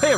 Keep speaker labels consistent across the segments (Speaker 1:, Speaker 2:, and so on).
Speaker 1: Hey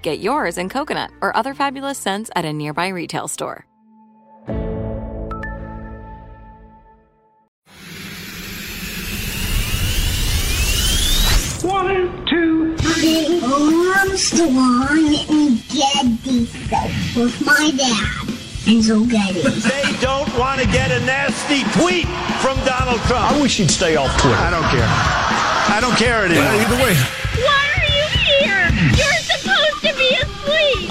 Speaker 2: Get yours in coconut or other fabulous scents at a nearby retail store.
Speaker 3: One, two, three.
Speaker 4: Mom's the one and daddy's stuff with my dad. And so get it.
Speaker 5: They don't want to get a nasty tweet from Donald Trump.
Speaker 6: I wish he'd stay off Twitter.
Speaker 7: I don't care. I don't care anymore.
Speaker 6: Well, either way.
Speaker 8: Why are you here? You're supposed to be asleep.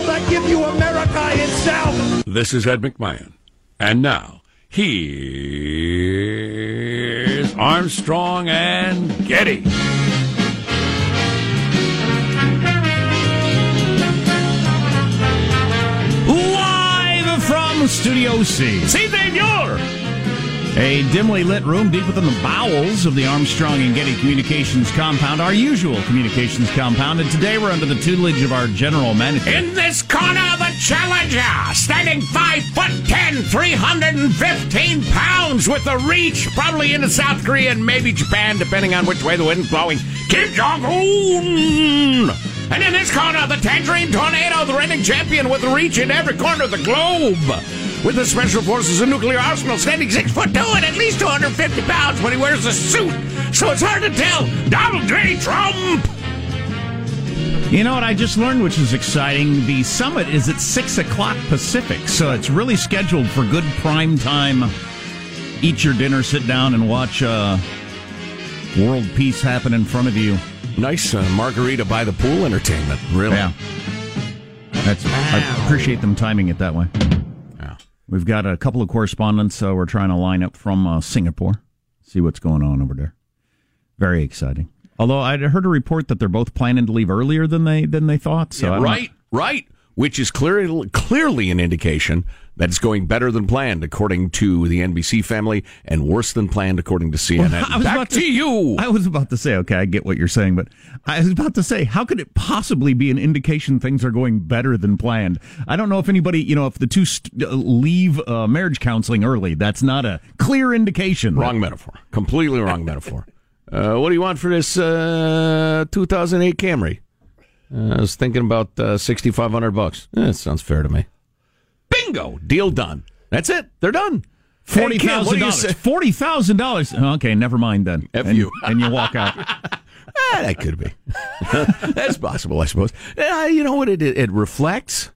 Speaker 9: I give you America itself.
Speaker 2: This is Ed McMahon. And now, here's Armstrong and Getty.
Speaker 1: Live from Studio C.
Speaker 10: See, Senor!
Speaker 1: A dimly lit room deep within the bowels of the Armstrong and Getty Communications compound, our usual communications compound, and today we're under the tutelage of our general manager.
Speaker 10: In this corner, the challenger, standing five foot ten, 315 pounds, with a reach probably into South Korea and maybe Japan, depending on which way the wind's blowing. Kim Jong Un. And in this corner, the Tangerine Tornado, the reigning champion with a reach in every corner of the globe. With the Special Forces and Nuclear Arsenal standing six foot two and at least 250 pounds when he wears a suit. So it's hard to tell. Donald J. Trump!
Speaker 1: You know what I just learned, which is exciting? The summit is at 6 o'clock Pacific, so it's really scheduled for good prime time. Eat your dinner, sit down, and watch uh, world peace happen in front of you.
Speaker 6: Nice uh, margarita by the pool entertainment, really.
Speaker 1: Yeah. That's, I appreciate them timing it that way.
Speaker 6: Yeah.
Speaker 1: We've got a couple of correspondents uh, we're trying to line up from uh, Singapore, see what's going on over there. Very exciting. Although I heard a report that they're both planning to leave earlier than they than they thought. So
Speaker 6: Yeah,
Speaker 1: I don't-
Speaker 6: right, right. which is clearly clearly an indication that it's going better than planned, according to the NBC family, and worse than planned, according to CNN.
Speaker 1: I was
Speaker 6: Back
Speaker 1: about
Speaker 6: to, you.
Speaker 1: I was about to say, okay, I get what you're saying, but I was about to say, how could it possibly be an indication things are going better than planned? I don't know if anybody, you know, if the two st- uh, leave uh, marriage counseling early, that's not a clear indication.
Speaker 6: Wrong metaphor. Completely wrong metaphor. Uh, what do you want for this uh, 2008 Camry? Uh, I was thinking about uh, 6,500 bucks. Eh, that sounds fair to me. Bingo! Deal done. That's it. They're done.
Speaker 1: Forty thousand dollars. Forty thousand dollars. Okay, never mind then. F and,
Speaker 6: you.
Speaker 1: and you walk out.
Speaker 6: Ah, that could be. That's possible, I suppose. Yeah, you know what? It, it reflects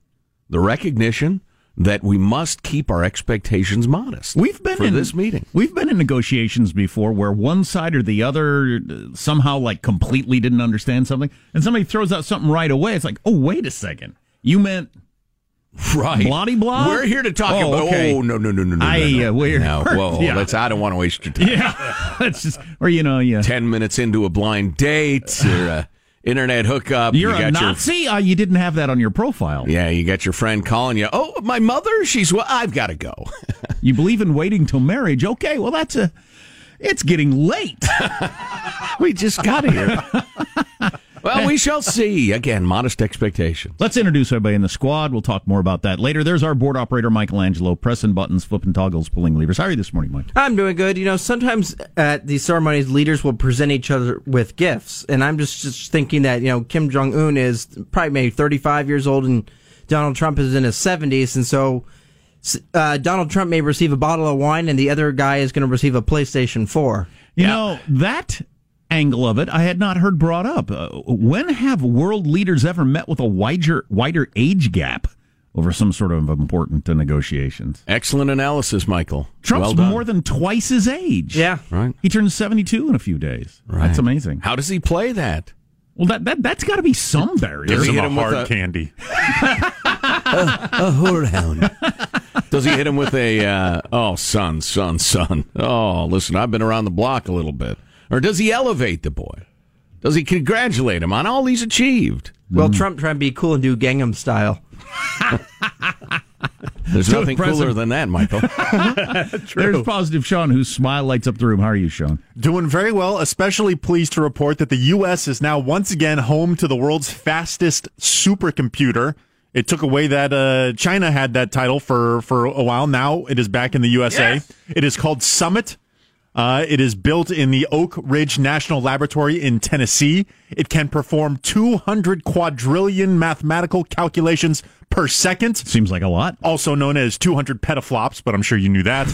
Speaker 6: the recognition that we must keep our expectations modest.
Speaker 1: We've been
Speaker 6: for
Speaker 1: in
Speaker 6: this meeting.
Speaker 1: We've been in negotiations before where one side or the other uh, somehow like completely didn't understand something, and somebody throws out something right away. It's like, oh, wait a second, you meant
Speaker 6: right?
Speaker 1: Bloody blah.
Speaker 6: We're here to talk
Speaker 1: Oh,
Speaker 6: about.
Speaker 1: okay.
Speaker 6: Oh no no no no no!
Speaker 1: I,
Speaker 6: no, no.
Speaker 1: uh, we're-
Speaker 6: no. Whoa,
Speaker 1: Yeah.
Speaker 6: let's. I don't want to waste your time.
Speaker 1: Yeah, that's just or you know yeah.
Speaker 6: Ten minutes into a blind date or a internet hookup,
Speaker 1: You're
Speaker 6: you
Speaker 1: a
Speaker 6: got your-
Speaker 1: Nazi. Uh, you didn't have that on your profile.
Speaker 6: yeah, you got your friend calling you. Oh, my mother, she's. Well, I've got to go.
Speaker 1: You believe in waiting till marriage? Okay, well that's a. It's getting late.
Speaker 6: we just got here. well, we shall see. Again, modest expectations.
Speaker 1: Let's introduce everybody in the squad. We'll talk more about that later. There's our board operator, Michelangelo, pressing buttons, flipping toggles, pulling levers. How are you this morning, Mike?
Speaker 11: I'm doing good. You know, sometimes at these ceremonies, leaders will present each other with gifts, and I'm just just thinking that you know Kim Jong Un is probably maybe 35 years old, and Donald Trump is in his 70s, and so s- uh, Donald Trump may receive a bottle of wine, and the other guy is going to receive a PlayStation 4.
Speaker 1: You know, that angle of it I had not heard brought up. Uh, when have world leaders ever met with a wider, wider age gap over some sort of important uh, negotiations?
Speaker 6: Excellent analysis, Michael.
Speaker 1: Trump's
Speaker 6: well done.
Speaker 1: more than twice his age.
Speaker 11: Yeah.
Speaker 6: Right.
Speaker 1: He turns 72 in a few days.
Speaker 6: Right.
Speaker 1: That's amazing.
Speaker 6: How does he play that?
Speaker 1: Well, that, that, that's got to be some barrier.
Speaker 6: Does he hit him with a-
Speaker 12: candy.
Speaker 6: a whorehound. Does he hit him with a, uh, oh, son, son, son. Oh, listen, I've been around the block a little bit. Or does he elevate the boy? Does he congratulate him on all he's achieved?
Speaker 11: Well, Trump trying to be cool and do Gangnam Style.
Speaker 6: There's
Speaker 1: So
Speaker 6: nothing
Speaker 1: impressive.
Speaker 6: cooler than that, Michael.
Speaker 1: There's positive Sean, whose smile lights up the room. How are you, Sean?
Speaker 12: Doing very well, especially pleased to report that the U.S. is now once again home to the world's fastest supercomputer. It took away that uh, China had that title for, for a while. Now it is back in the USA. It is called Summit. Uh, it is built in the Oak Ridge National Laboratory in Tennessee. It can perform 200 quadrillion mathematical calculations per second,
Speaker 1: Seems like a lot.
Speaker 12: also known as 200 petaflops, but I'm sure you knew that.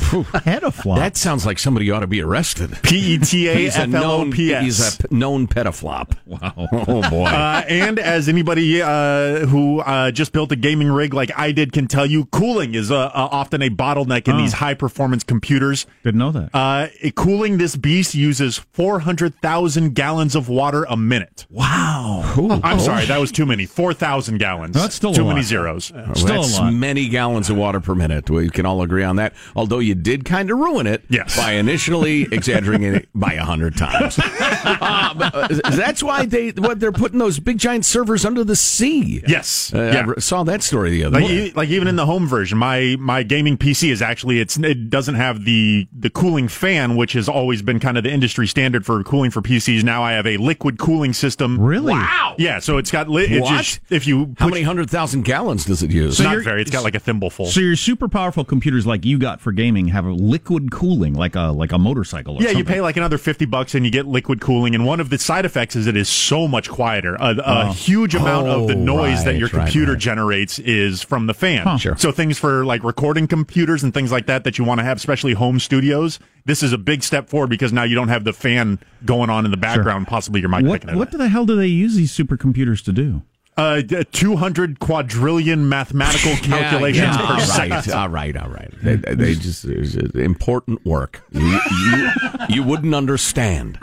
Speaker 1: Head of flop.
Speaker 6: that sounds like somebody ought to be arrested.
Speaker 12: P E T A
Speaker 6: He's a
Speaker 12: F L O
Speaker 6: known,
Speaker 12: P
Speaker 6: he's
Speaker 12: S.
Speaker 6: a p- known pedoflop. Wow. Oh, boy.
Speaker 12: Uh, and as anybody uh, who uh, just built a gaming rig like I did can tell you, cooling is uh, uh, often a bottleneck in
Speaker 1: Oh.
Speaker 12: these high performance computers.
Speaker 1: Didn't know that.
Speaker 12: Uh, it- cooling this beast uses 400,000 gallons of water a minute.
Speaker 1: wow.
Speaker 12: I'm sorry, that was too many. 4,000 gallons.
Speaker 1: That's still
Speaker 12: too
Speaker 1: a
Speaker 12: many
Speaker 1: lot.
Speaker 12: zeros.
Speaker 1: Still a
Speaker 6: That's
Speaker 1: lot.
Speaker 6: many gallons of water per minute. We can all agree on that. Although you did kind of ruin it
Speaker 12: Yes.
Speaker 6: by initially exaggerating it by a hundred times. Uh, but, uh, that's why they what they're putting those big giant servers under the sea.
Speaker 12: Yes.
Speaker 6: Uh,
Speaker 12: Yeah.
Speaker 6: I re- saw that story the other
Speaker 12: Like,
Speaker 6: day.
Speaker 12: e- like even in the home version, my my gaming PC is actually it's it doesn't have the the cooling fan, which has always been kind of the industry standard for cooling for PCs. Now I have a liquid cooling system.
Speaker 1: Really?
Speaker 6: Wow.
Speaker 12: Yeah. So it's got lit.
Speaker 6: What?
Speaker 12: if you
Speaker 6: How
Speaker 12: put-
Speaker 6: many hundred thousand gallons does it
Speaker 12: It's
Speaker 6: use?
Speaker 12: not
Speaker 1: you're-
Speaker 12: very. It's got like a thimbleful.
Speaker 1: So your super powerful computers like you got for gaming have a liquid cooling like a like a motorcycle. Or
Speaker 12: yeah, you
Speaker 1: something.
Speaker 12: pay like another fifty bucks and you get liquid cooling. And one of the side effects is it is so much quieter. A, a
Speaker 1: Oh.
Speaker 12: huge amount of the
Speaker 6: Oh,
Speaker 12: noise that
Speaker 6: right,
Speaker 12: your
Speaker 6: right,
Speaker 12: computer
Speaker 6: right.
Speaker 12: generates is from the fan.
Speaker 1: Huh. Sure.
Speaker 12: So things for like recording computers and things like that that you want to have, especially home studios. This is a big step forward because now you don't have the fan going on in the background, possibly your mic picking
Speaker 1: What
Speaker 12: it
Speaker 1: what
Speaker 12: up.
Speaker 1: the hell do they use these supercomputers to do?
Speaker 12: Uh, d- 200 quadrillion mathematical calculations
Speaker 6: Yeah,
Speaker 12: per
Speaker 6: all
Speaker 12: second.
Speaker 6: right, all right, all right. They, they- they just it's important work. You, you, you wouldn't understand.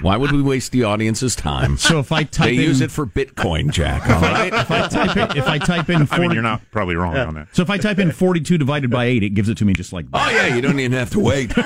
Speaker 6: Why would we waste the audience's time?
Speaker 1: So if I type
Speaker 6: they
Speaker 1: in-
Speaker 6: use it for Bitcoin, Jack. All right.
Speaker 1: if I type in, if I type in, 40,
Speaker 12: I mean, you're not probably wrong on that.
Speaker 1: So if I type in forty-two divided by eight, it gives it to me just like that.
Speaker 6: Oh yeah, you don't even have to wait.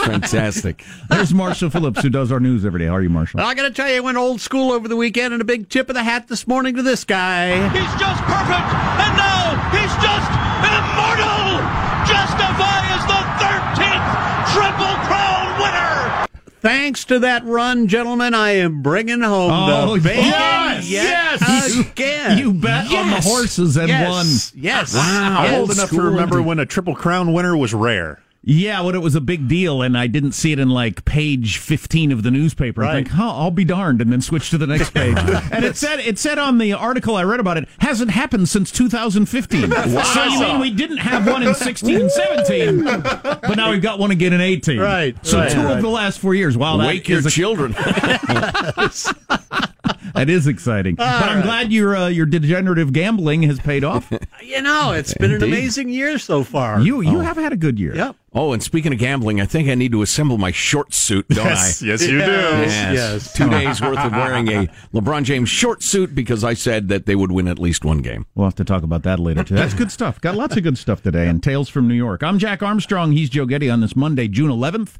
Speaker 6: It's fantastic.
Speaker 1: There's Marshall Phillips who does our news every day. How are you, Marshall?
Speaker 13: I got to tell you, I went old school over the weekend, and a big tip of the hat this morning to this guy.
Speaker 14: He's just perfect, and now he's just an immortal. Justify is the 13th Triple Crown winner.
Speaker 13: Thanks to that run, gentlemen, I am bringing home
Speaker 1: Oh,
Speaker 13: the bacon.
Speaker 1: yes,
Speaker 13: yet
Speaker 1: yes.
Speaker 13: again.
Speaker 1: You bet on the horses and
Speaker 13: yes,
Speaker 1: won.
Speaker 13: Yes,
Speaker 1: Wow.
Speaker 12: I'm
Speaker 13: yes.
Speaker 12: old enough to remember when a Triple Crown winner was rare.
Speaker 1: Yeah, when it was a big deal, and I didn't see it in like page fifteen of the newspaper. I
Speaker 12: Right.
Speaker 1: think, huh, I'll be darned, and then switch to the next page. and it said, it said on the article I read about it hasn't happened since 2015.
Speaker 13: Wow.
Speaker 1: So you mean we didn't have one in 16 and 17, but now we've got one again in 18.
Speaker 13: Right,
Speaker 1: So
Speaker 13: right,
Speaker 1: two
Speaker 13: right.
Speaker 1: of the last four years. Wow, that
Speaker 6: Wake your
Speaker 1: is a-
Speaker 6: children.
Speaker 1: that is exciting. but I'm
Speaker 13: right.
Speaker 1: glad your uh, your degenerative gambling has paid off.
Speaker 13: You know, it's been an
Speaker 6: Indeed.
Speaker 13: amazing year so far.
Speaker 1: you you have had a good year.
Speaker 13: Yep.
Speaker 6: Oh, and speaking of gambling, I think I need to assemble my short suit, don't
Speaker 12: Yes,
Speaker 6: I?
Speaker 12: yes, you do.
Speaker 6: Yes.
Speaker 13: yes.
Speaker 6: Two days worth of wearing a LeBron James short suit because I said that they would win at least one game.
Speaker 1: We'll have to talk about that later, too. That's good stuff. Got lots of good stuff today and Tales from New York. I'm Jack Armstrong. He's Joe Getty on this Monday, June 11th,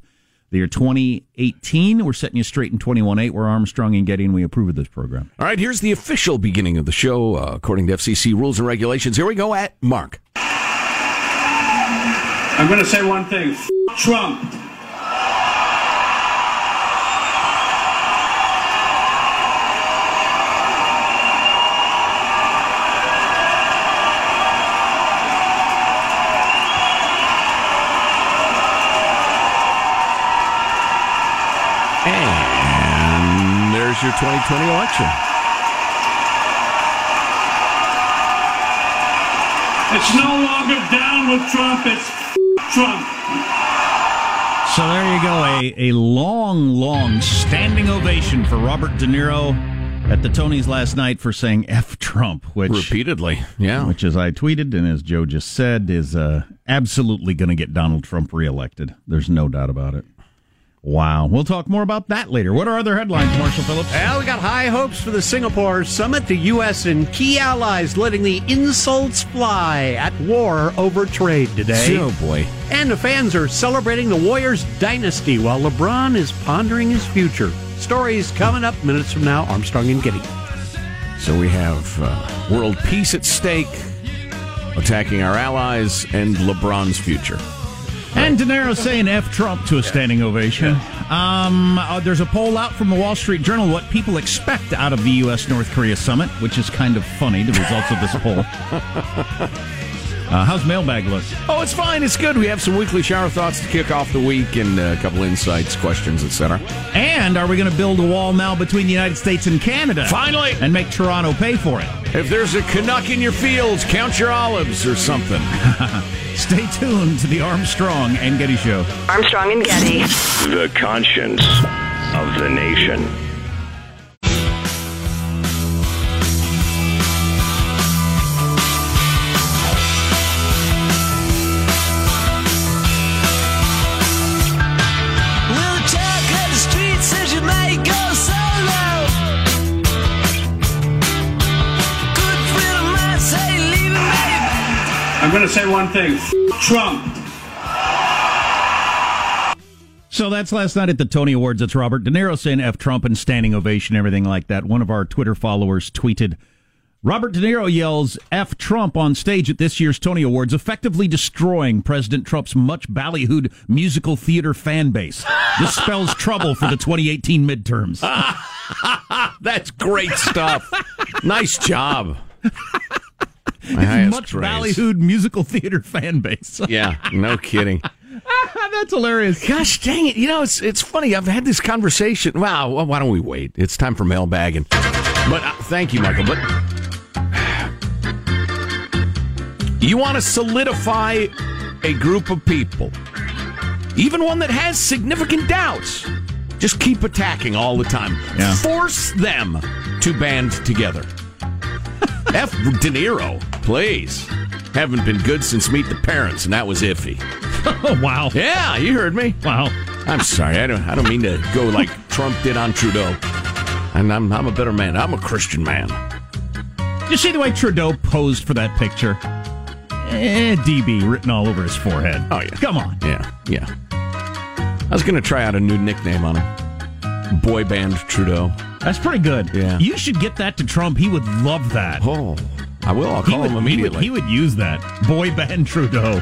Speaker 1: the year 2018. We're setting you straight in 21.8. We're Armstrong and Getty, and we approve of this program.
Speaker 6: All right, here's the official beginning of the show uh, according to FCC rules and regulations. Here we go at Mark.
Speaker 15: I'm going to say one thing. F- Trump.
Speaker 6: And there's your 2020 election.
Speaker 15: It's no longer down with Trump. It's f- Trump.
Speaker 1: So there you go. A, a long, long standing ovation for Robert De Niro at the Tonys last night for saying F Trump, which.
Speaker 6: Repeatedly. Yeah.
Speaker 1: Which, as I tweeted and as Joe just said, is uh, absolutely going to get Donald Trump reelected. There's no doubt about it. Wow. We'll talk more about that later. What are other headlines, Marshall Phillips?
Speaker 13: Well, we got high hopes for the Singapore summit. The U.S. and key allies letting the insults fly at war over trade today.
Speaker 6: Oh, boy.
Speaker 13: And the fans are celebrating the Warriors dynasty while LeBron is pondering his future. Stories coming up minutes from now. Armstrong and Getty.
Speaker 6: So we have uh, world peace at stake, attacking our allies, and LeBron's future.
Speaker 1: And De Niro saying F Trump to a standing ovation. Um, uh, there's a poll out from the Wall Street Journal what people expect out of the U.S. North Korea summit, which is kind of funny, the results of this poll. Uh, how's mailbag look?
Speaker 6: Oh, it's fine. It's good. We have some weekly shower thoughts to kick off the week and uh, a couple insights, questions, etc.
Speaker 1: And are we going to build a wall now between the United States and Canada?
Speaker 6: Finally!
Speaker 1: And make Toronto pay for it.
Speaker 6: If there's a Canuck in your fields, count your olives or something.
Speaker 1: Stay tuned to the Armstrong and Getty Show.
Speaker 9: Armstrong and Getty.
Speaker 16: The conscience of the nation.
Speaker 17: We'll talk on the streets as you may go solo. Good friend of mine say, leave it, baby.
Speaker 18: I'm going to say one thing. F- Trump.
Speaker 1: So that's last night at the Tony Awards. It's Robert De Niro saying F Trump and standing ovation, everything like that. One of our Twitter followers tweeted Robert De Niro yells F Trump on stage at this year's Tony Awards, effectively destroying President Trump's much ballyhooed musical theater fan base. This spells trouble for the 2018 midterms.
Speaker 6: That's great stuff. nice job. My highest
Speaker 1: much
Speaker 6: praise.
Speaker 1: ballyhooed musical theater fan base.
Speaker 6: Yeah, no kidding.
Speaker 1: that's hilarious.
Speaker 6: Gosh dang it! You know it's it's funny. I've had this conversation. Wow. Well, why don't we wait? It's time for mailbag. And but uh, thank you, Michael. But you want to solidify a group of people, even one that has significant doubts. Just keep attacking all the time.
Speaker 1: Yeah.
Speaker 6: Force them to band together. F. De Niro, please. Haven't been good since Meet the Parents, and that was iffy.
Speaker 1: Oh, wow.
Speaker 6: Yeah, you heard me.
Speaker 1: Wow.
Speaker 6: I'm sorry. I don't. I don't mean to go like Trump did on Trudeau. And I'm I'm a better man. I'm a Christian man.
Speaker 1: You see the way Trudeau posed for that picture? Eh, DB written all over his forehead.
Speaker 6: Oh yeah.
Speaker 1: Come on.
Speaker 6: Yeah. Yeah. I was gonna try out a new nickname on him. Boy band Trudeau.
Speaker 1: That's pretty good.
Speaker 6: Yeah.
Speaker 1: You should get that to Trump. He would love that.
Speaker 6: Oh, I will. I'll
Speaker 1: He
Speaker 6: call
Speaker 1: would-
Speaker 6: him immediately.
Speaker 1: He would, he would use that. Boy band Trudeau.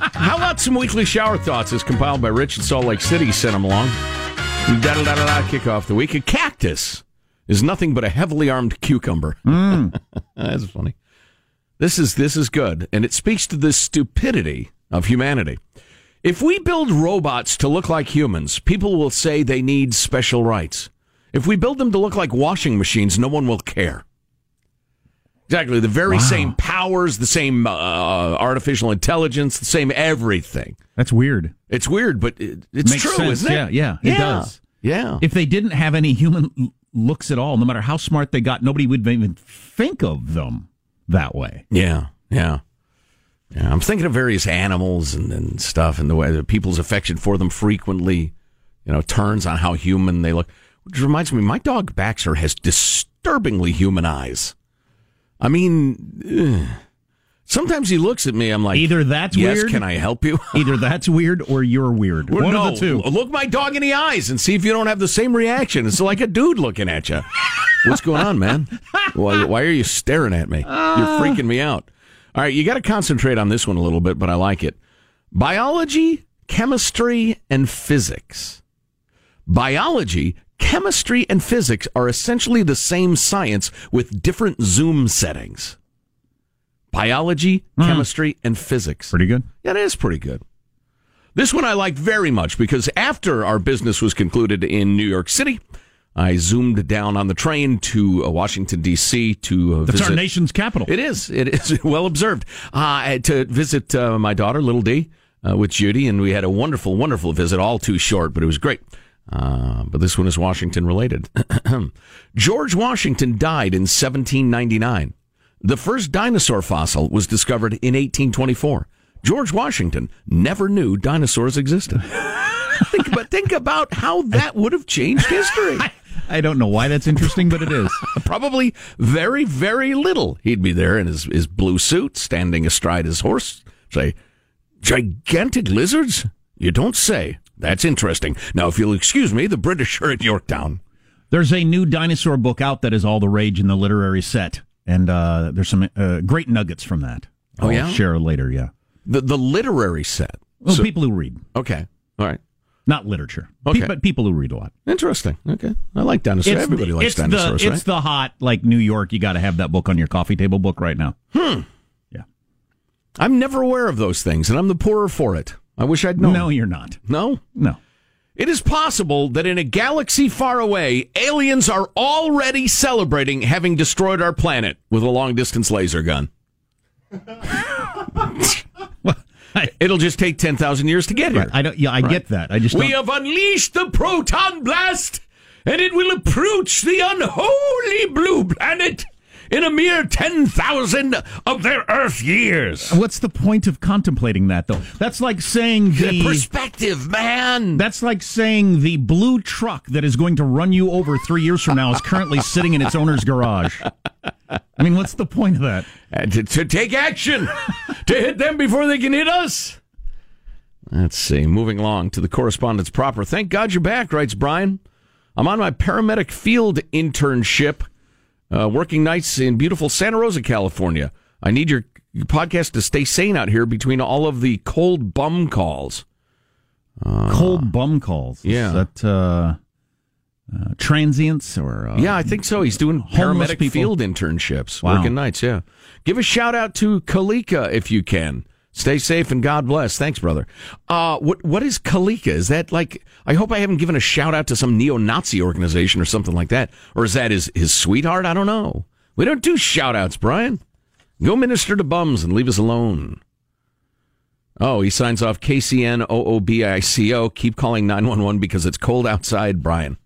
Speaker 6: How about some weekly shower thoughts as compiled by Rich in Salt Lake City? Sent him along. Da da da da da. Kick off the week. A cactus is nothing but a heavily armed cucumber.
Speaker 1: Hmm.
Speaker 6: That's funny. This is this is good, and it speaks to the stupidity of humanity. If we build robots to look like humans, people will say they need special rights. If we build them to look like washing machines, no one will care. Exactly. The very same powers, the same uh, artificial intelligence, the same everything.
Speaker 1: That's weird.
Speaker 6: It's weird, but it, it's
Speaker 1: Makes
Speaker 6: true,
Speaker 1: sense.
Speaker 6: isn't it?
Speaker 1: Yeah, yeah, it does.
Speaker 6: Yeah.
Speaker 1: If they didn't have any human l- looks at all, no matter how smart they got, nobody would even think of them that way.
Speaker 6: Yeah, yeah. Yeah, I'm thinking of various animals and, and stuff, and the way that people's affection for them frequently, you know, turns on how human they look. Which reminds me, my dog Baxter has disturbingly human eyes. I mean, ugh. sometimes he looks at me. I'm like,
Speaker 1: Either that's
Speaker 6: yes,
Speaker 1: weird.
Speaker 6: Can I help you?
Speaker 1: Either that's weird or you're weird.
Speaker 6: Well,
Speaker 1: One
Speaker 6: no,
Speaker 1: of the two.
Speaker 6: Look my dog in the eyes and see if you don't have the same reaction. It's like a dude looking at you. What's going on, man? Why, why are you staring at me? You're
Speaker 1: Ah.
Speaker 6: freaking me out. All right, you got to concentrate on this one a little bit, but I like it. Biology, chemistry, and physics. Biology, chemistry, and physics are essentially the same science with different zoom settings. Biology, chemistry, and physics.
Speaker 1: Hmm. Pretty good.
Speaker 6: Yeah, it is pretty good. This one I liked very much because after our business was concluded in New York City, I zoomed down on the train to uh, Washington D.C. to uh,
Speaker 1: That's
Speaker 6: visit.
Speaker 1: our nation's capital.
Speaker 6: It is. It is well observed. Uh, to visit uh, my daughter, little D, uh, with Judy, and we had a wonderful, wonderful visit. All too short, but it was great. Uh, but this one is Washington related. George Washington died in 1799. The first dinosaur fossil was discovered in 1824. George Washington never knew dinosaurs existed. think, but think about how that would have changed history.
Speaker 1: I don't know why that's interesting, but it is.
Speaker 6: Probably very, very little. He'd be there in his, his blue suit, standing astride his horse, say, Gigantic lizards? You don't say. That's interesting. Now, if you'll excuse me, the British are at Yorktown.
Speaker 1: There's a new dinosaur book out that is all the rage in the literary set, and uh, there's some uh, great nuggets from that.
Speaker 6: Oh,
Speaker 1: I'll
Speaker 6: yeah?
Speaker 1: share later. Yeah,
Speaker 6: The, the literary set.
Speaker 1: well,
Speaker 6: So-
Speaker 1: people who read,
Speaker 6: okay. All right.
Speaker 1: not literature, Pe-
Speaker 6: Okay.
Speaker 1: but people who read a lot.
Speaker 6: Interesting. Okay. I like dinosaurs.
Speaker 1: It's
Speaker 6: Everybody
Speaker 1: the-
Speaker 6: likes
Speaker 1: it's
Speaker 6: dinosaurs,
Speaker 1: the,
Speaker 6: right?
Speaker 1: It's the hot like New York. You got to have that book on your coffee table book right now.
Speaker 6: Hmm. I'm never aware of those things, and I'm the poorer for it. I wish I'd known.
Speaker 1: No, you're not.
Speaker 6: No?
Speaker 1: No.
Speaker 6: It is possible that in a galaxy far away, aliens are already celebrating having destroyed our planet with a long distance laser gun. It'll just take 10,000 years to get here.
Speaker 1: I don't. Yeah, I get that. I just
Speaker 6: We
Speaker 1: don't-
Speaker 6: have unleashed the proton blast, and it will approach the unholy blue planet in a mere 10,000 of their Earth years.
Speaker 1: What's the point of contemplating that though? That's like saying the.
Speaker 6: The perspective, man.
Speaker 1: that's like saying the blue truck that is going to run you over three years from now is currently sitting in its owner's garage. I mean, what's the point of that?
Speaker 6: Uh, to, to take action, to hit them before they can hit us. Let's see. Moving along to the correspondence proper. Thank God you're back, writes Brian. I'm on my paramedic field internship, uh, working nights in beautiful Santa Rosa, California. I need your podcast to stay sane out here between all of the cold bum calls.
Speaker 1: Cold bum calls.
Speaker 6: yeah.
Speaker 1: Is that uh, uh, transients or uh,
Speaker 6: Yeah, I think so. He's doing
Speaker 1: homeless
Speaker 6: paramedic
Speaker 1: people.
Speaker 6: field internships,
Speaker 1: Wow.
Speaker 6: working nights. Yeah. Give a shout out to Kalika if you can. Stay safe and God bless. Thanks, brother. Uh, what what is Kalika? Is that like? I hope I haven't given a shout out to some neo-Nazi organization or something like that, or is that his his sweetheart? I don't know. We don't do shout outs, Brian. Go minister to bums and leave us alone. Oh, he signs off KCN OOBICO. Keep calling 911 because it's cold outside, Brian.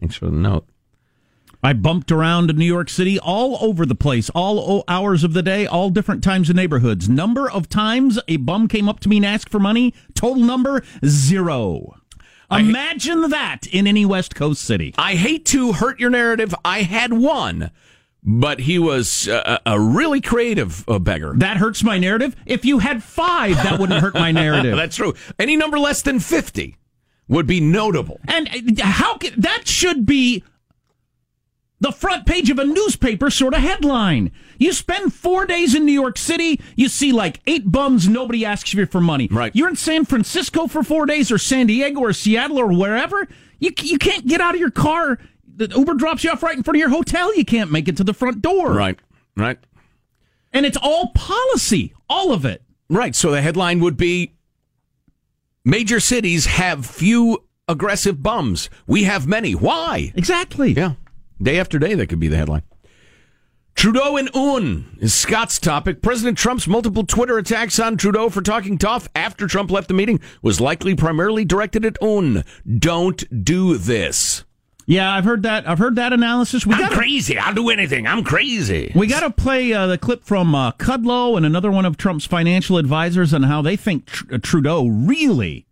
Speaker 6: Thanks for the note.
Speaker 1: I bumped around New York City all over the place, all o- hours of the day, all different times and neighborhoods. Number of times a bum came up to me and asked for money, total number zero. Imagine that in any West Coast city.
Speaker 6: I hate to hurt your narrative. I had one, but he was a, a really creative uh, beggar.
Speaker 1: That hurts my narrative. If you had five, that wouldn't hurt my narrative.
Speaker 6: That's true. Any number less than 50 would be notable.
Speaker 1: And uh, how can that should be the front page of a newspaper sort of headline. You spend four days in New York City, you see like eight bums, nobody asks you for money.
Speaker 6: Right.
Speaker 1: You're in San Francisco for four days, or San Diego, or Seattle, or wherever. You, c- you can't get out of your car. The Uber drops you off right in front of your hotel. You can't make it to the front door.
Speaker 6: Right, right,
Speaker 1: And it's all policy, all of it.
Speaker 6: right. So the headline would be Major cities have few aggressive bums. We have many. Why?
Speaker 1: Exactly.
Speaker 6: Yeah. Day after day, that could be the headline. Trudeau and Un is Scott's topic. President Trump's multiple Twitter attacks on Trudeau for talking tough after Trump left the meeting was likely primarily directed at Un. Don't do this.
Speaker 1: Yeah, I've heard that. I've heard that analysis. We got
Speaker 6: crazy. I'll do anything. I'm crazy.
Speaker 1: We got to play uh, the clip from uh, Kudlow and another one of Trump's financial advisors on how they think Tr- uh, Trudeau really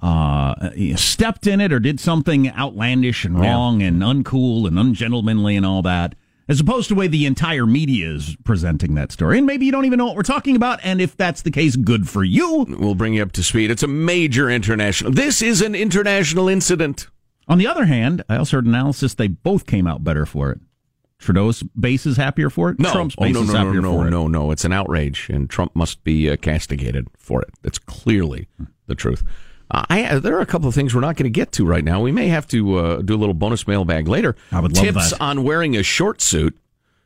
Speaker 1: uh, stepped in it or did something outlandish and wrong and uncool and ungentlemanly and all that, as opposed to the way the entire media is presenting that story. And maybe you don't even know what we're talking about. And if that's the case, good for you.
Speaker 6: We'll bring you up to speed. It's a major international. This is an international incident.
Speaker 1: On the other hand, I also heard analysis they both came out better for it. Trudeau's base is happier for it.
Speaker 6: No,
Speaker 1: Trump's
Speaker 6: Oh,
Speaker 1: base
Speaker 6: no,
Speaker 1: is
Speaker 6: no, no,
Speaker 1: happier
Speaker 6: no,
Speaker 1: for it.
Speaker 6: no, no. It's an outrage, and Trump must be uh, castigated for it. That's clearly the truth. Uh, I, uh, there are a couple of things we're not going to get to right now. We may have to uh, do a little bonus mailbag later.
Speaker 1: I would love
Speaker 6: Tips
Speaker 1: that.
Speaker 6: on wearing a short suit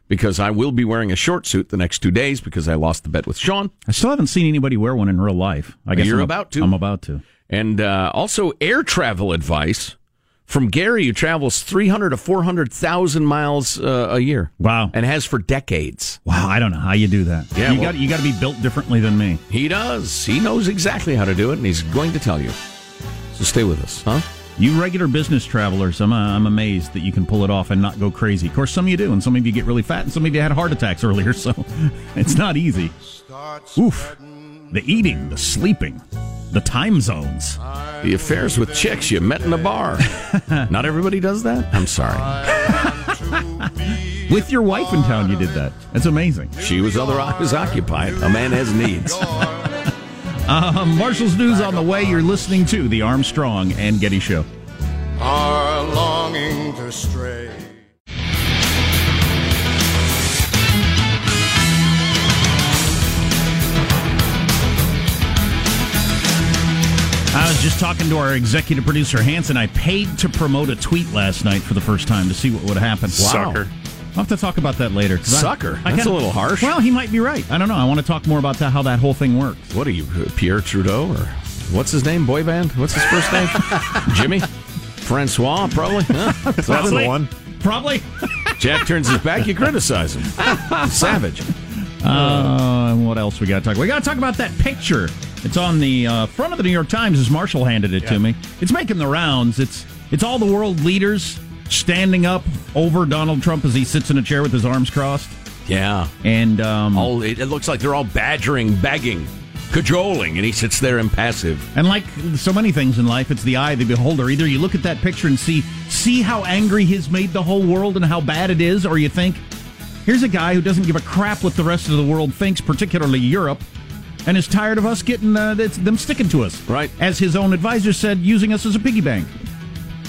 Speaker 6: because I will be wearing a short suit the next two days because I lost the bet with Sean.
Speaker 1: I still haven't seen anybody wear one in real life. I guess
Speaker 6: You're
Speaker 1: I'm-
Speaker 6: about to.
Speaker 1: I'm about to.
Speaker 6: And uh, also air travel advice from Gary, who travels 300 to 400,000 miles uh, a year.
Speaker 1: Wow.
Speaker 6: And has for decades.
Speaker 1: Wow, Oh, I don't know how you do that.
Speaker 6: Yeah,
Speaker 1: you
Speaker 6: well-
Speaker 1: got you got to be built differently than me.
Speaker 6: He does. He knows exactly how to do it, and he's going to tell you. So stay with us, huh?
Speaker 1: You regular business travelers, I'm uh, I'm amazed that you can pull it off and not go crazy. Of course, some of you do, and some of you get really fat, and some of you had heart attacks earlier, so it's not easy. Oof, the eating, the sleeping, the time zones.
Speaker 6: The affairs with chicks you met in a bar. Not everybody does that. I'm sorry.
Speaker 1: With your wife in town, you did that. That's amazing.
Speaker 6: She was otherwise occupied. A man has needs.
Speaker 1: Um, Marshall's news on the way. You're listening to the Armstrong and Getty Show.
Speaker 19: Are longing to stray.
Speaker 1: I was just talking to our executive producer Hanson. I paid to promote a tweet last night for the first time to see what would happen.
Speaker 6: Sucker.
Speaker 1: I'll have to talk about that later. 'cause I-
Speaker 6: Sucker?
Speaker 1: I
Speaker 6: That's
Speaker 1: kinda-
Speaker 6: a little harsh.
Speaker 1: Well, he might be right. I don't know. I want to talk more about that, how that whole thing works.
Speaker 6: What are you, uh, Pierre Trudeau, or what's his name? Boy band? What's his first name? Jimmy? Francois, probably. Huh? So
Speaker 12: That's the one.
Speaker 1: Probably.
Speaker 6: Jack turns his back, you criticize him. Savage.
Speaker 1: Uh, what else we got to talk? We got to talk about that picture. It's on the uh, front of the New York Times as Marshall handed it to me. It's making the rounds. It's it's all the world leaders standing up over Donald Trump as he sits in a chair with his arms crossed.
Speaker 6: Yeah.
Speaker 1: And um,
Speaker 6: All, it, it looks like they're all badgering, begging, cajoling, and he sits there impassive.
Speaker 1: And like so many things in life, it's the eye of the beholder. Either you look at that picture and see see how angry he's made the whole world and how bad it is, or you think, here's a guy who doesn't give a crap what the rest of the world thinks, particularly Europe, and is tired of us getting uh, that's- them sticking to us.
Speaker 6: Right.
Speaker 1: As his own advisor said, using us as a piggy bank.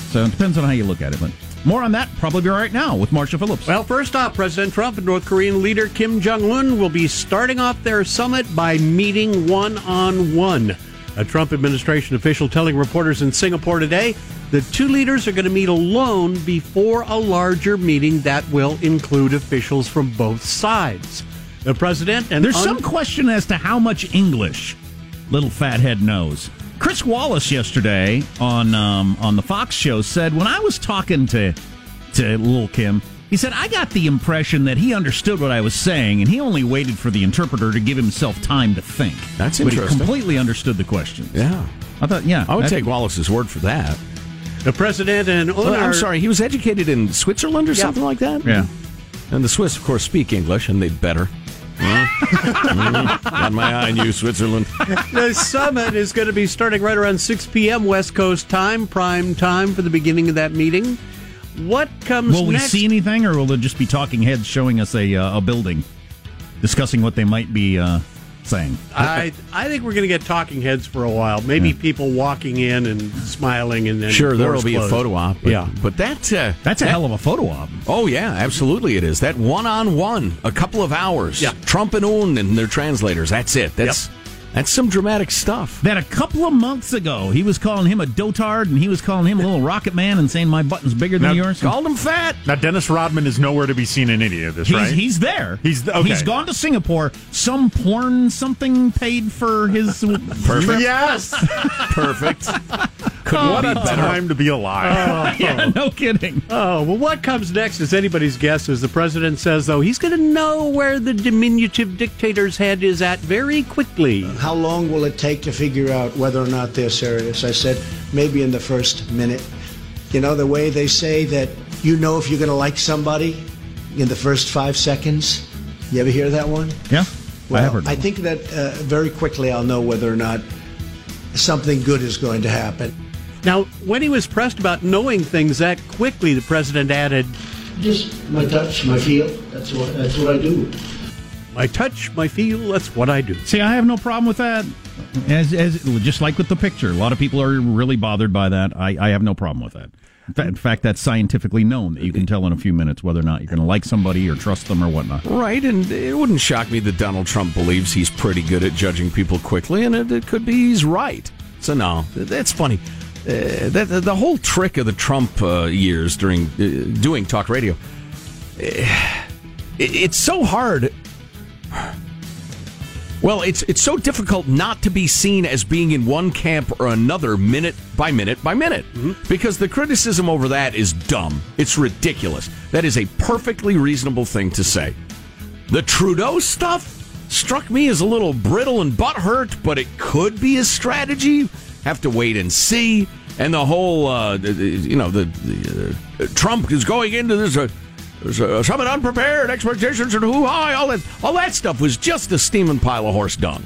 Speaker 1: So it depends on how you look at it. But more on that probably right now with Marsha Phillips.
Speaker 13: Well, first off, President Trump and North Korean leader Kim Jong un will be starting off their summit by meeting one on one. A Trump administration official telling reporters in Singapore today the two leaders are going to meet alone before a larger meeting that will include officials from both sides. The president and
Speaker 1: There's
Speaker 13: un-
Speaker 1: some question as to how much English little fathead knows. Chris Wallace yesterday on um, on the Fox show said when I was talking to to Lil Kim, he said I got the impression that he understood what I was saying and he only waited for the interpreter to give himself time to think.
Speaker 6: That's
Speaker 1: But he
Speaker 6: interesting.
Speaker 1: completely understood the question.
Speaker 6: Yeah.
Speaker 1: I thought, yeah,
Speaker 6: I would
Speaker 1: that-
Speaker 6: take Wallace's word for that.
Speaker 13: the president and un
Speaker 6: Well, I'm
Speaker 13: are-
Speaker 6: sorry, he was educated in Switzerland or something like that?
Speaker 1: Yeah.
Speaker 6: And the Swiss, of course, speak English, and they'd better. Got my eye on you, Switzerland.
Speaker 13: the summit is going to be starting right around 6 p.m. West Coast time, prime time for the beginning of that meeting. What comes
Speaker 1: Will we
Speaker 13: next?
Speaker 1: see anything, or will it just be talking heads showing us a uh, a building, discussing what they might be uh, saying?
Speaker 13: I I think we're going to get talking heads for a while. Maybe people walking in and smiling, and then
Speaker 6: sure, there will
Speaker 13: doors
Speaker 6: be a
Speaker 13: closed.
Speaker 6: photo op. But,
Speaker 13: yeah,
Speaker 6: but that uh,
Speaker 1: that's a hell of a photo op.
Speaker 6: Oh yeah, absolutely it is. That one on one, a couple of hours. Yeah. Trump and Un and their translators. That's it. That's that's some dramatic stuff.
Speaker 1: That a couple of months ago, he was calling him a dotard, and he was calling him a little rocket man, and saying my button's bigger than yours.
Speaker 6: Called him fat.
Speaker 12: Now Dennis Rodman is nowhere to be seen in any of this,
Speaker 1: He's,
Speaker 12: right?
Speaker 1: he's there.
Speaker 12: He's th- okay.
Speaker 1: He's gone to Singapore. Some porn something paid for his
Speaker 12: Perfect. Yes.
Speaker 6: Perfect.
Speaker 1: Oh,
Speaker 13: What a
Speaker 12: time to be alive.
Speaker 1: yeah, no kidding.
Speaker 13: Oh, well, what comes next is anybody's guess, as the president says, though. He's going to know where the diminutive dictator's head is at very quickly.
Speaker 20: How long will it take to figure out whether or not they're serious? I said, maybe in the first minute. You know, the way they say that you know if you're going to like somebody in the first five seconds. You ever hear that one?
Speaker 1: Yeah,
Speaker 20: Well,
Speaker 1: I have heard.
Speaker 20: I think that uh, very quickly I'll know whether or not something good is going to happen.
Speaker 13: Now, when he was pressed about knowing things that quickly, the president added,
Speaker 20: Just my touch, my feel. That's what that's what I do.
Speaker 13: My touch, my feel, that's what I do.
Speaker 1: See, I have no problem with that. As, as just like with the picture, a lot of people are really bothered by that. I, I have no problem with that. In fa- In fact, that's scientifically known that you can tell in a few minutes whether or not you're going to like somebody or trust them or whatnot.
Speaker 6: Right, and it wouldn't shock me that Donald Trump believes he's pretty good at judging people quickly, and it, it could be he's right. So no, that's funny. Uh, that the whole trick of the Trump uh, years during uh, doing talk radio, uh, it- it's so hard. Well, it's it's so difficult not to be seen as being in one camp or another, minute by minute by minute, because the criticism over that is dumb. It's ridiculous. That is a perfectly reasonable thing to say. The Trudeau stuff struck me as a little brittle and butthurt, but it could be a strategy. Have to wait and see. And the whole, uh, the- the- you know, the, the uh, Trump is going into this. Uh, there's a summit unprepared, expectations and hoo ha, all that, all that stuff was just a steaming pile of horse dung.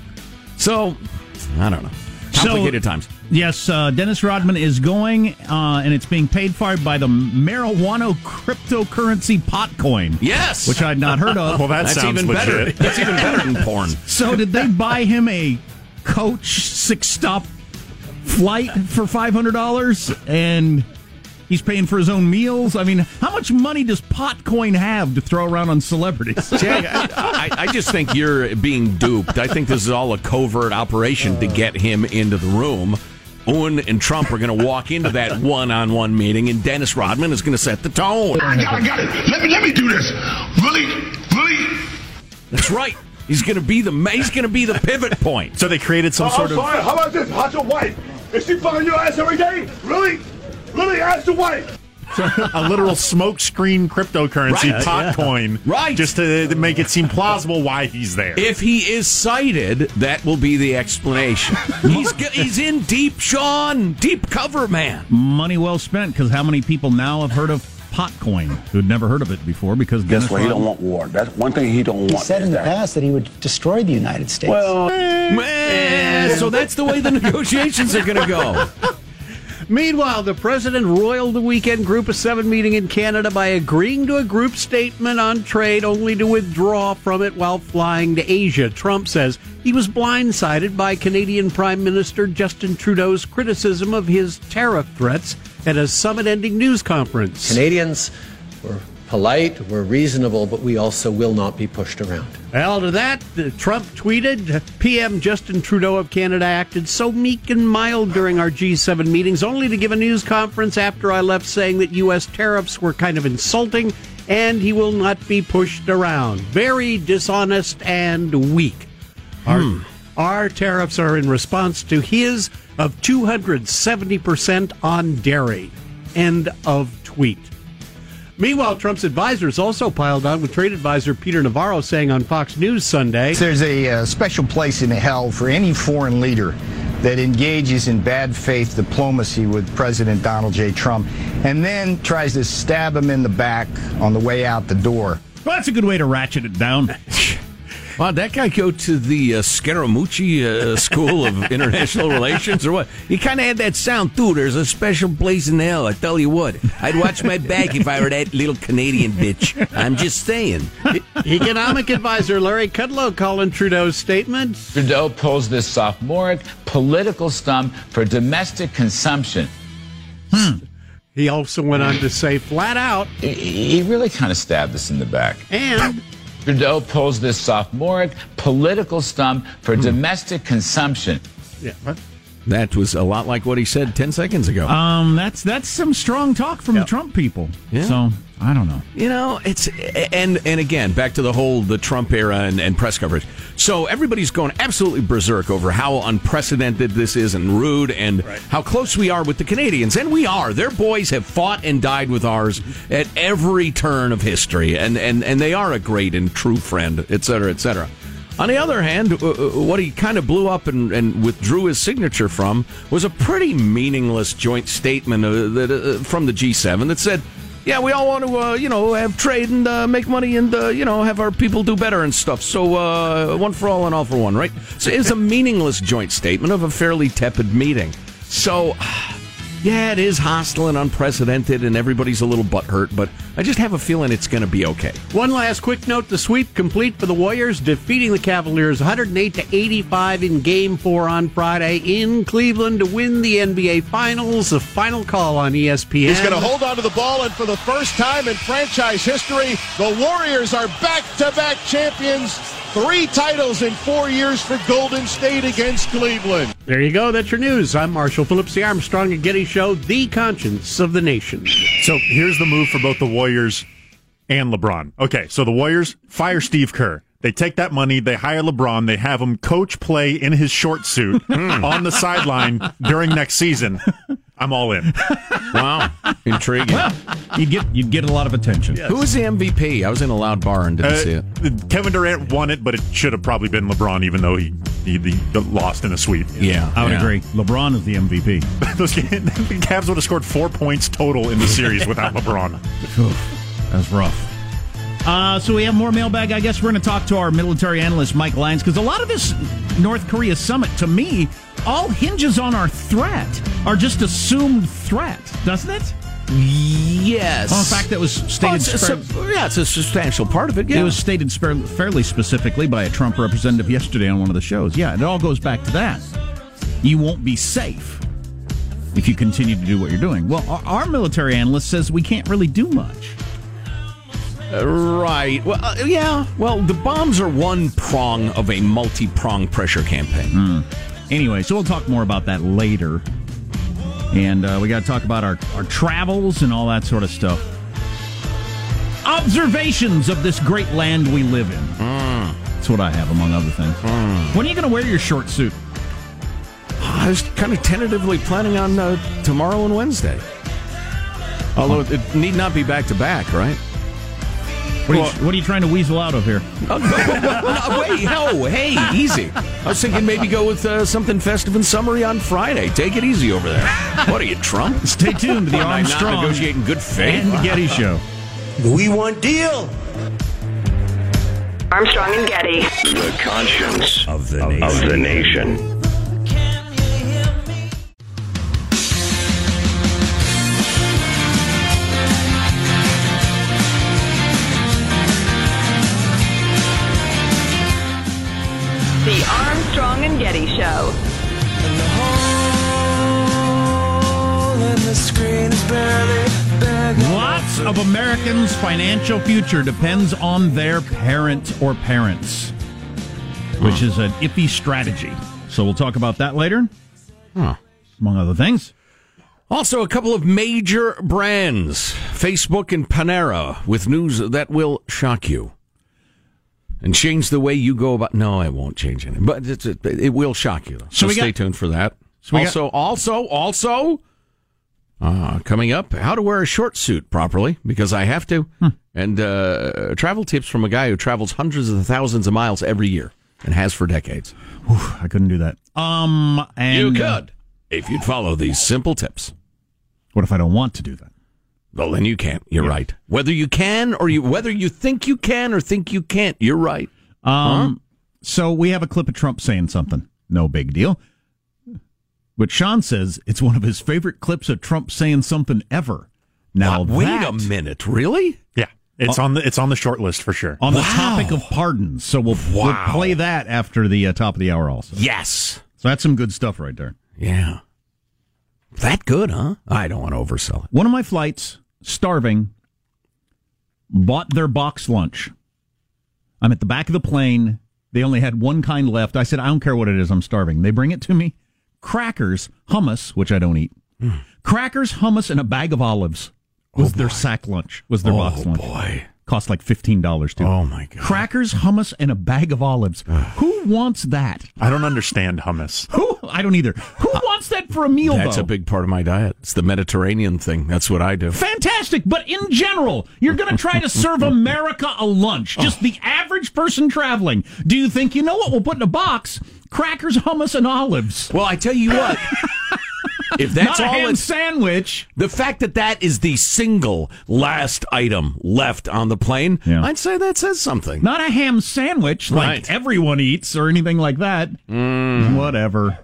Speaker 6: So, I don't know.
Speaker 1: So-
Speaker 6: Complicated times.
Speaker 1: Yes, uh, Dennis Rodman is going, uh, and it's being paid for by the marijuana cryptocurrency potcoin.
Speaker 6: Yes,
Speaker 1: which I'd not heard of.
Speaker 12: Well, that
Speaker 6: That's
Speaker 12: sounds
Speaker 6: even better.
Speaker 12: legit.
Speaker 6: That's even better than porn.
Speaker 1: So did they buy him a coach six stop flight for five hundred dollars and he's paying for his own meals? I mean, how much money does Potcoin have to throw around on celebrities?
Speaker 6: Jag, I, I, I just think you're being duped. I think this is all a covert operation to get him into the room. Owen and Trump are going to walk into that one-on-one meeting, and Dennis Rodman is going to set the tone.
Speaker 15: I got, I got it. Let me, let me do this. Really, really.
Speaker 6: That's right. He's going to be the ma- he's going to be the pivot point.
Speaker 12: So they created some sort of.
Speaker 15: Oh, Uh, How about this? How's your wife? Is she fucking your ass every day? Really? Really? Ask your wife.
Speaker 12: a literal smokescreen cryptocurrency
Speaker 6: Right.
Speaker 12: pot coin,
Speaker 6: Right.
Speaker 12: Just to, to make it seem plausible why he's there.
Speaker 6: If he is cited, that will be the explanation. He's g- he's in deep, Sean, deep cover, man.
Speaker 1: Money well spent because how many people now have heard of Potcoin who'd never heard of it before because Dennis Rodman-
Speaker 15: want war. That's one thing he don't
Speaker 20: He said in the past that he would destroy the United States.
Speaker 6: Man, so that's the way the negotiations are going to go.
Speaker 13: Oh. Meanwhile, the president roiled the weekend Group of Seven meeting in Canada by agreeing to a group statement on trade only to withdraw from it while flying to Asia. Trump says he was blindsided by Canadian Prime Minister Justin Trudeau's criticism of his tariff threats at a summit ending news conference.
Speaker 3: Canadians were polite, were reasonable, but we also will not be pushed around.
Speaker 13: Well, to that, uh, Trump tweeted PM Justin Trudeau of Canada acted so meek and mild during our G7 meetings, only to give a news conference after I left saying that U.S. tariffs were kind of insulting and he will not be pushed around. Very dishonest and weak. Our,
Speaker 3: Hmm.
Speaker 13: our tariffs are in response to his of 270% on dairy. End of tweet. Meanwhile, Trump's advisors also piled on with trade advisor Peter Navarro saying on Fox News Sunday.
Speaker 4: There's a uh, special place in hell for any foreign leader that engages in bad faith diplomacy with President Donald J. Trump and then tries to stab him in the back on the way out the door.
Speaker 1: Well, that's a good way to ratchet it down.
Speaker 6: Wow, that guy go to the uh, Scaramucci uh, School of International Relations or what? He kind of had that sound, too. There's a special place in hell. I tell you what, I'd watch my back if I were that little Canadian bitch. I'm just saying.
Speaker 13: Economic advisor Larry Kudlow calling Trudeau's statement.
Speaker 21: Trudeau pulls this sophomoric political stump for domestic consumption.
Speaker 13: He also went on to say flat out.
Speaker 21: He really kind of stabbed us in the back.
Speaker 13: And
Speaker 21: Trudeau pulls this sophomoric political stump
Speaker 6: Hmm.
Speaker 21: for domestic consumption.
Speaker 13: Yeah.
Speaker 6: That was a lot like what he said 10 seconds ago.
Speaker 1: Um, that's that's some strong talk from the Trump people. So I don't know.
Speaker 6: You know, it's and and again back to the whole the Trump era and, and press coverage. So everybody's going absolutely berserk over how unprecedented this is and rude and how close we are with the Canadians, and we are. Their boys have fought and died with ours at every turn of history, and and and they are a great and true friend, et cetera, et cetera. On the other hand, uh, uh, what he kind of blew up and, and withdrew his signature from was a pretty meaningless joint statement uh, that, uh, from the G7 that said, yeah, we all want to, uh, you know, have trade and uh, make money and, uh, you know, have our people do better and stuff. So, uh, one for all and all for one, right? So, it's a meaningless joint statement of a fairly tepid meeting. So, yeah, it is hostile and unprecedented, and everybody's a little butthurt, but I just have a feeling it's going to be okay.
Speaker 13: One last quick note: the sweep complete for the Warriors, defeating the Cavaliers 108 to 85 in Game Four on Friday in Cleveland to win the NBA Finals. The final call on E ESPN.
Speaker 22: He's going to hold on to the ball, and for the first time in franchise history, the Warriors are back to back champions. Three titles in four years for Golden State against Cleveland.
Speaker 13: There you go. That's your news. I'm Marshall Phillips, the Armstrong and Getty Show, the conscience of the nation.
Speaker 12: So here's the move for both the Warriors and LeBron. Okay, so the Warriors fire Steve Kerr. They take that money, they hire LeBron, they have him coach play in his short suit
Speaker 6: Hmm.
Speaker 12: on the sideline during next season. I'm all in.
Speaker 6: Wow, intriguing.
Speaker 1: you get you get a lot of attention.
Speaker 6: Who was the MVP? I was in a loud bar and didn't see it.
Speaker 12: Uh, Kevin Durant won it, but it should have probably been LeBron, even though he he, he lost in a sweep.
Speaker 6: Yeah,
Speaker 1: I would agree. LeBron is the MVP.
Speaker 12: Those ga- the Cavs would have scored four points total in the series without LeBron.
Speaker 1: That's rough. Uh, so we have more mailbag. I guess we're going to talk to our military analyst, Mike Lyons, because a lot of this North Korea summit, to me, all hinges on our threat, our just assumed threat, doesn't it?
Speaker 6: Yes.
Speaker 1: On the fact that was stated.
Speaker 6: Oh, it's a
Speaker 1: spread-
Speaker 6: sub- yeah, it's a substantial part of it. Yeah.
Speaker 1: It was stated spar- fairly specifically by a Trump representative yesterday on one of the shows. Yeah, it all goes back to that. You won't be safe if you continue to do what you're doing. Well, our, our military analyst says we can't really do much.
Speaker 6: Uh, Right. Well, uh, yeah. Well, the bombs are one prong of a multi-prong pressure campaign.
Speaker 1: Hmm. Anyway, so we'll talk more about that later. And uh, we got to talk about our, our travels and all that sort of stuff. Observations of this great land we live in. That's what I have, among other things. When are you going to wear your short suit?
Speaker 6: I was kind of tentatively planning on uh, tomorrow and Wednesday. Although it need not be back to back, right?
Speaker 1: What are, you, what are you trying to weasel out of here?
Speaker 6: Oh, no, no, wait, no, hey, easy. I was thinking maybe go with uh, something festive and summery on Friday. Take it easy over there. What are you, Trump?
Speaker 1: Stay tuned to the
Speaker 6: Am I not
Speaker 1: Armstrong
Speaker 6: negotiating good faith
Speaker 1: and Getty Show.
Speaker 6: We want deal.
Speaker 8: Armstrong and Getty.
Speaker 16: The conscience of the, nation. Of the nation.
Speaker 8: The Armstrong and Getty Show.
Speaker 1: Lots of Americans' financial future depends on their parent or parents, which is an iffy strategy. So we'll talk about that later, among other things.
Speaker 6: Also, a couple of major brands, Facebook and Panera, with news that will shock you and change the way you go about. No, I won't change it, but it's, it, it will shock you. So,
Speaker 1: we
Speaker 6: stay
Speaker 1: got-
Speaker 6: tuned for that.
Speaker 1: So we got-
Speaker 6: also, also, also, uh, coming up, how to wear a short suit properly because I have to,
Speaker 1: Hmm.
Speaker 6: and uh, travel tips from a guy who travels hundreds of thousands of miles every year and has for decades.
Speaker 1: I couldn't do that. Um, and
Speaker 6: you
Speaker 1: uh,
Speaker 6: could if you'd follow these simple tips.
Speaker 1: what if I don't want to do that?
Speaker 6: Well, then you can't. You're right. Whether you can or you whether you think you can or think you can't, you're right.
Speaker 1: Um, So we have a clip of Trump saying something. No big deal. But Sean says it's one of his favorite clips of Trump saying something ever. Now,
Speaker 6: Wow, wait
Speaker 1: that-
Speaker 6: a minute, really?
Speaker 12: Yeah, it's
Speaker 1: Oh.
Speaker 12: on the it's on the short list for sure.
Speaker 1: on the topic of pardons. So we'll,
Speaker 6: Wow.
Speaker 1: we'll play that after the uh, top of the hour also.
Speaker 6: Yes.
Speaker 1: So that's some good stuff right there.
Speaker 6: Yeah. That good, huh? I don't want to oversell it.
Speaker 1: One of my flights, starving, bought their box lunch. I'm at the back of the plane. They only had one kind left. I said, I don't care what it is, I'm starving. They bring it to me crackers, hummus, which I don't eat.
Speaker 2: Hmm.
Speaker 1: Crackers, hummus, and a bag of olives was their sack lunch, was their box lunch. Oh, boy. Cost like $15 too. Oh, my God. Crackers, hummus, and a bag of olives. Who wants that?
Speaker 12: I don't understand hummus.
Speaker 1: Who? I don't either. Who wants that for a meal,
Speaker 6: That's
Speaker 1: though?
Speaker 6: a big part of my diet. It's the Mediterranean thing. That's what I do.
Speaker 1: Fantastic, but in general, you're going to try to serve America a lunch. Just the average person traveling. Do you think you know what we'll put in a box? Crackers, hummus, and olives.
Speaker 6: Well, I tell you what. If that's
Speaker 1: Not a
Speaker 6: all
Speaker 1: ham
Speaker 6: it's
Speaker 1: sandwich,
Speaker 6: the fact that that is the single last item left on the plane, I'd say that says something.
Speaker 1: not a ham sandwich like
Speaker 6: Right. Mm.
Speaker 1: everyone eats or anything like that. Whatever.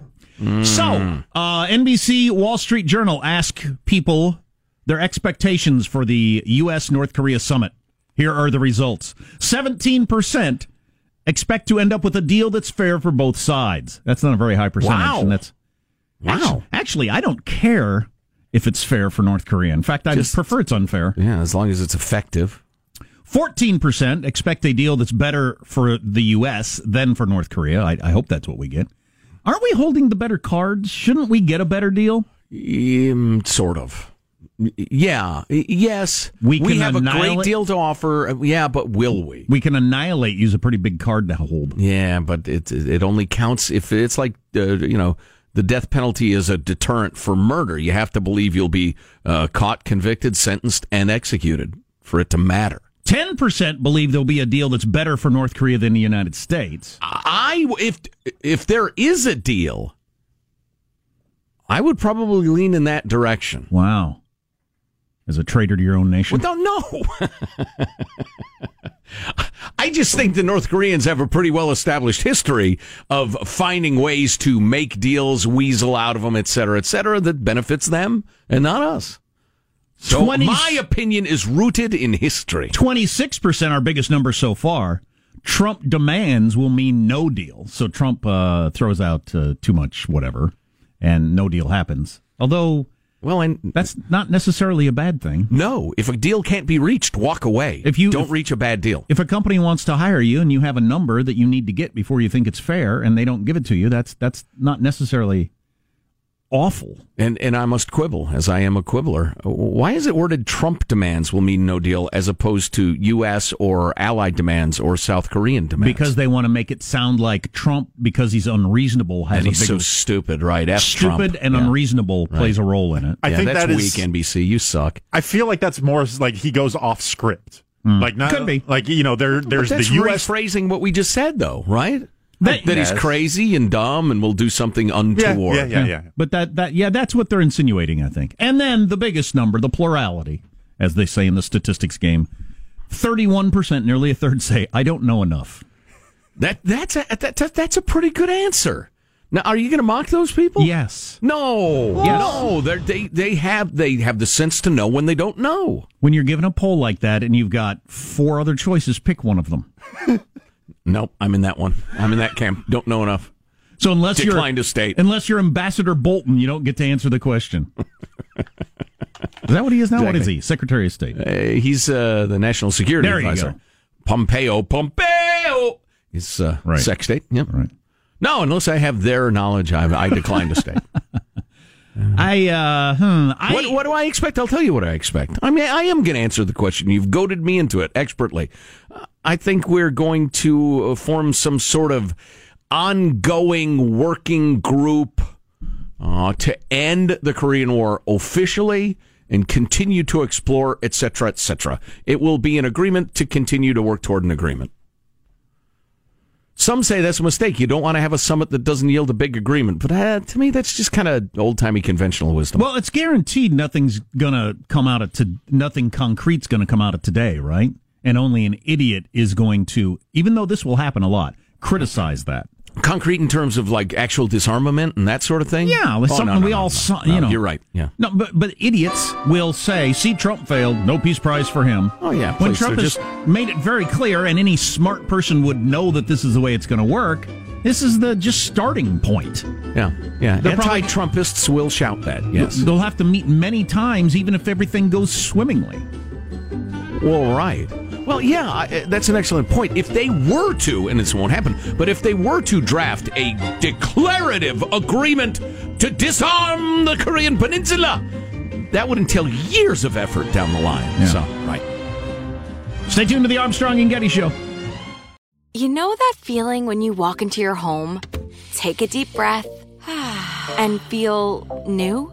Speaker 1: So, uh, NBC Wall Street Journal asked people their expectations for the U.S. North Korea summit. Here are the results 17% expect to end up with a deal that's fair for both sides. That's not a very high percentage.
Speaker 6: Wow.
Speaker 1: And that's, wow. Actually, I don't care if it's fair for North Korea. In fact, I
Speaker 6: Just-
Speaker 1: prefer it's unfair.
Speaker 6: Yeah, as long as it's effective.
Speaker 1: 14% expect a deal that's better for the U.S. than for North Korea. I, I hope that's what we get. Aren't we holding the better cards? Shouldn't we get a better deal?
Speaker 6: Um, sort of. Yeah. Yes.
Speaker 1: We can
Speaker 6: have a great
Speaker 1: annihilate-
Speaker 6: deal to offer. Yeah, but will we?
Speaker 1: We can annihilate use a pretty big card to hold.
Speaker 6: Yeah, but it it only counts if it's like uh, you know the death penalty is a deterrent for murder. You have to believe you'll be uh, caught, convicted, sentenced, and executed for it to matter.
Speaker 1: 10% believe there'll be a deal that's better for North Korea than the United States.
Speaker 6: I if if there is a deal, I would probably lean in that direction.
Speaker 1: Wow. As a traitor to your own nation.
Speaker 6: Well, don't know. I just think the North Koreans have a pretty well established history of finding ways to make deals, weasel out of them, et cetera, et cetera, that benefits them and not us. So
Speaker 1: 20
Speaker 6: my opinion is rooted in history.
Speaker 1: 26%, our biggest number so far. Trump demands will mean no deal. So Trump uh, throws out uh, too much whatever, and no deal happens. Although,
Speaker 6: well, and
Speaker 1: that's not necessarily a bad thing.
Speaker 6: No, if a deal can't be reached, walk away. If you don't reach a bad deal,
Speaker 1: If a company wants to hire you and you have a number that you need to get before you think it's fair, and they don't give it to you, that's that's not necessarily awful.
Speaker 6: And and I must quibble, as I am a quibbler. Why is it worded Trump demands will mean no deal as opposed to U.S. or allied demands or South Korean demands?
Speaker 1: because they want to make it sound like Trump because he's unreasonable has
Speaker 6: and
Speaker 1: a
Speaker 6: he's
Speaker 1: big
Speaker 6: so stupid, right? F Trump.
Speaker 1: stupid and unreasonable plays a role in it.
Speaker 12: I
Speaker 6: yeah,
Speaker 12: think
Speaker 6: that's
Speaker 12: that is-
Speaker 6: weak. NBC, you suck.
Speaker 12: I feel like that's more like he goes off script. Like not
Speaker 6: Could be.
Speaker 12: like you know there there's
Speaker 6: but
Speaker 12: the
Speaker 6: that's
Speaker 12: U.S.
Speaker 6: rephrasing what we just said, though, right?
Speaker 1: That-
Speaker 6: That, he's
Speaker 1: Yes.
Speaker 6: crazy and dumb and will do something untoward.
Speaker 1: But that that yeah, that's what they're insinuating, I think. And then the biggest number, the plurality, as they say in the statistics game, thirty-one percent, nearly a third, say I don't know enough.
Speaker 6: That that's a that, that, that's a pretty good answer. Now, are you going to mock those people?
Speaker 1: Yes.
Speaker 6: No.
Speaker 1: Yes.
Speaker 6: No. They're, they they have they have the sense to know when they don't know.
Speaker 1: When you're given a poll like that and you've got four other choices, pick one of them.
Speaker 6: Nope, I'm in that one. I'm in that camp. Don't know enough.
Speaker 1: So unless
Speaker 6: Declined
Speaker 1: you're
Speaker 6: to state.
Speaker 1: unless you're Ambassador Bolton, you don't get to answer the question. is that what he is now? What is
Speaker 6: Exactly.
Speaker 1: he? Secretary of State.
Speaker 6: Uh, he's uh, the national security
Speaker 1: There you
Speaker 6: advisor.
Speaker 1: go.
Speaker 6: Pompeo. Pompeo is uh,
Speaker 1: Right.
Speaker 6: sextate. Yep. Right. No, unless I have their knowledge, I, I decline to state.
Speaker 1: I uh, hmm, I
Speaker 6: what, what do I expect? I'll tell you what I expect. I mean, I am going to answer the question. You've goaded me into it expertly. Uh, I think we're going to uh, form some sort of ongoing working group uh, to end the Korean War officially and continue to explore, et cetera, et cetera. It will be an agreement to continue to work toward an agreement. Some say that's a mistake. You don't want to have a summit that doesn't yield a big agreement. But uh, to me, that's just kind of old timey conventional wisdom.
Speaker 1: Well, it's guaranteed nothing's gonna come out of to nothing concrete's gonna come out of today, right? And only an idiot is going to, even though this will happen a lot, criticize that.
Speaker 6: Concrete in terms of like actual disarmament and that sort of thing.
Speaker 1: Yeah,
Speaker 6: Oh,
Speaker 1: it's
Speaker 6: no,
Speaker 1: something
Speaker 6: no,
Speaker 1: we
Speaker 6: no,
Speaker 1: all
Speaker 6: no,
Speaker 1: saw.
Speaker 6: no.
Speaker 1: you know,
Speaker 6: you're right. Yeah.
Speaker 1: No, but but idiots will say, "See, Trump failed. No Peace Prize for him." Oh
Speaker 6: yeah,
Speaker 1: When
Speaker 6: please,
Speaker 1: Trump
Speaker 6: they're
Speaker 1: has made it very clear, and any smart person would know that this is the way it's going to work. This is the just starting point.
Speaker 6: Yeah, yeah.
Speaker 1: They're probably-
Speaker 6: Anti-Trumpists will shout that. Yes.
Speaker 1: They'll have to meet many times, even if everything goes swimmingly.
Speaker 6: Well, right. Well, yeah, I- eh, that's an excellent point. If they were to, and this won't happen, but if they were to draft a declarative agreement to disarm the Korean Peninsula, that would entail years of effort down the line. So, right.
Speaker 1: Stay tuned to the Armstrong and Getty Show.
Speaker 2: You know that feeling when you walk into your home, take a deep breath, and feel new?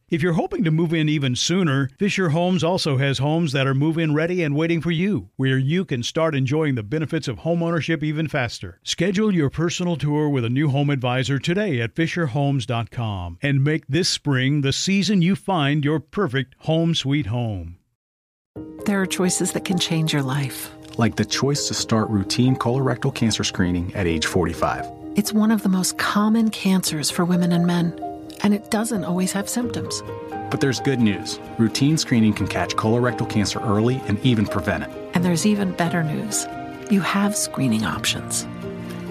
Speaker 7: If you're hoping to move in even sooner, Fisher Homes also has homes that are move in ready and waiting for you, where you can start enjoying the benefits of homeownership even faster. Schedule your personal tour with a new home advisor today at FisherHomes.com and make this spring the season you find your perfect home sweet home.
Speaker 23: There are choices that can change your life.
Speaker 24: like the choice to start routine colorectal cancer screening at age 45.
Speaker 23: It's one of the most common cancers for women and men, and it doesn't always have symptoms.
Speaker 24: But there's good news routine screening can catch colorectal cancer early and even prevent it.
Speaker 23: And there's even better news you have screening options.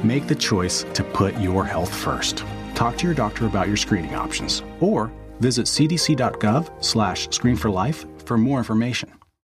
Speaker 24: Make the choice to put your health first. Talk to your doctor about your screening options or visit cdc.gov slash screen for life for more information.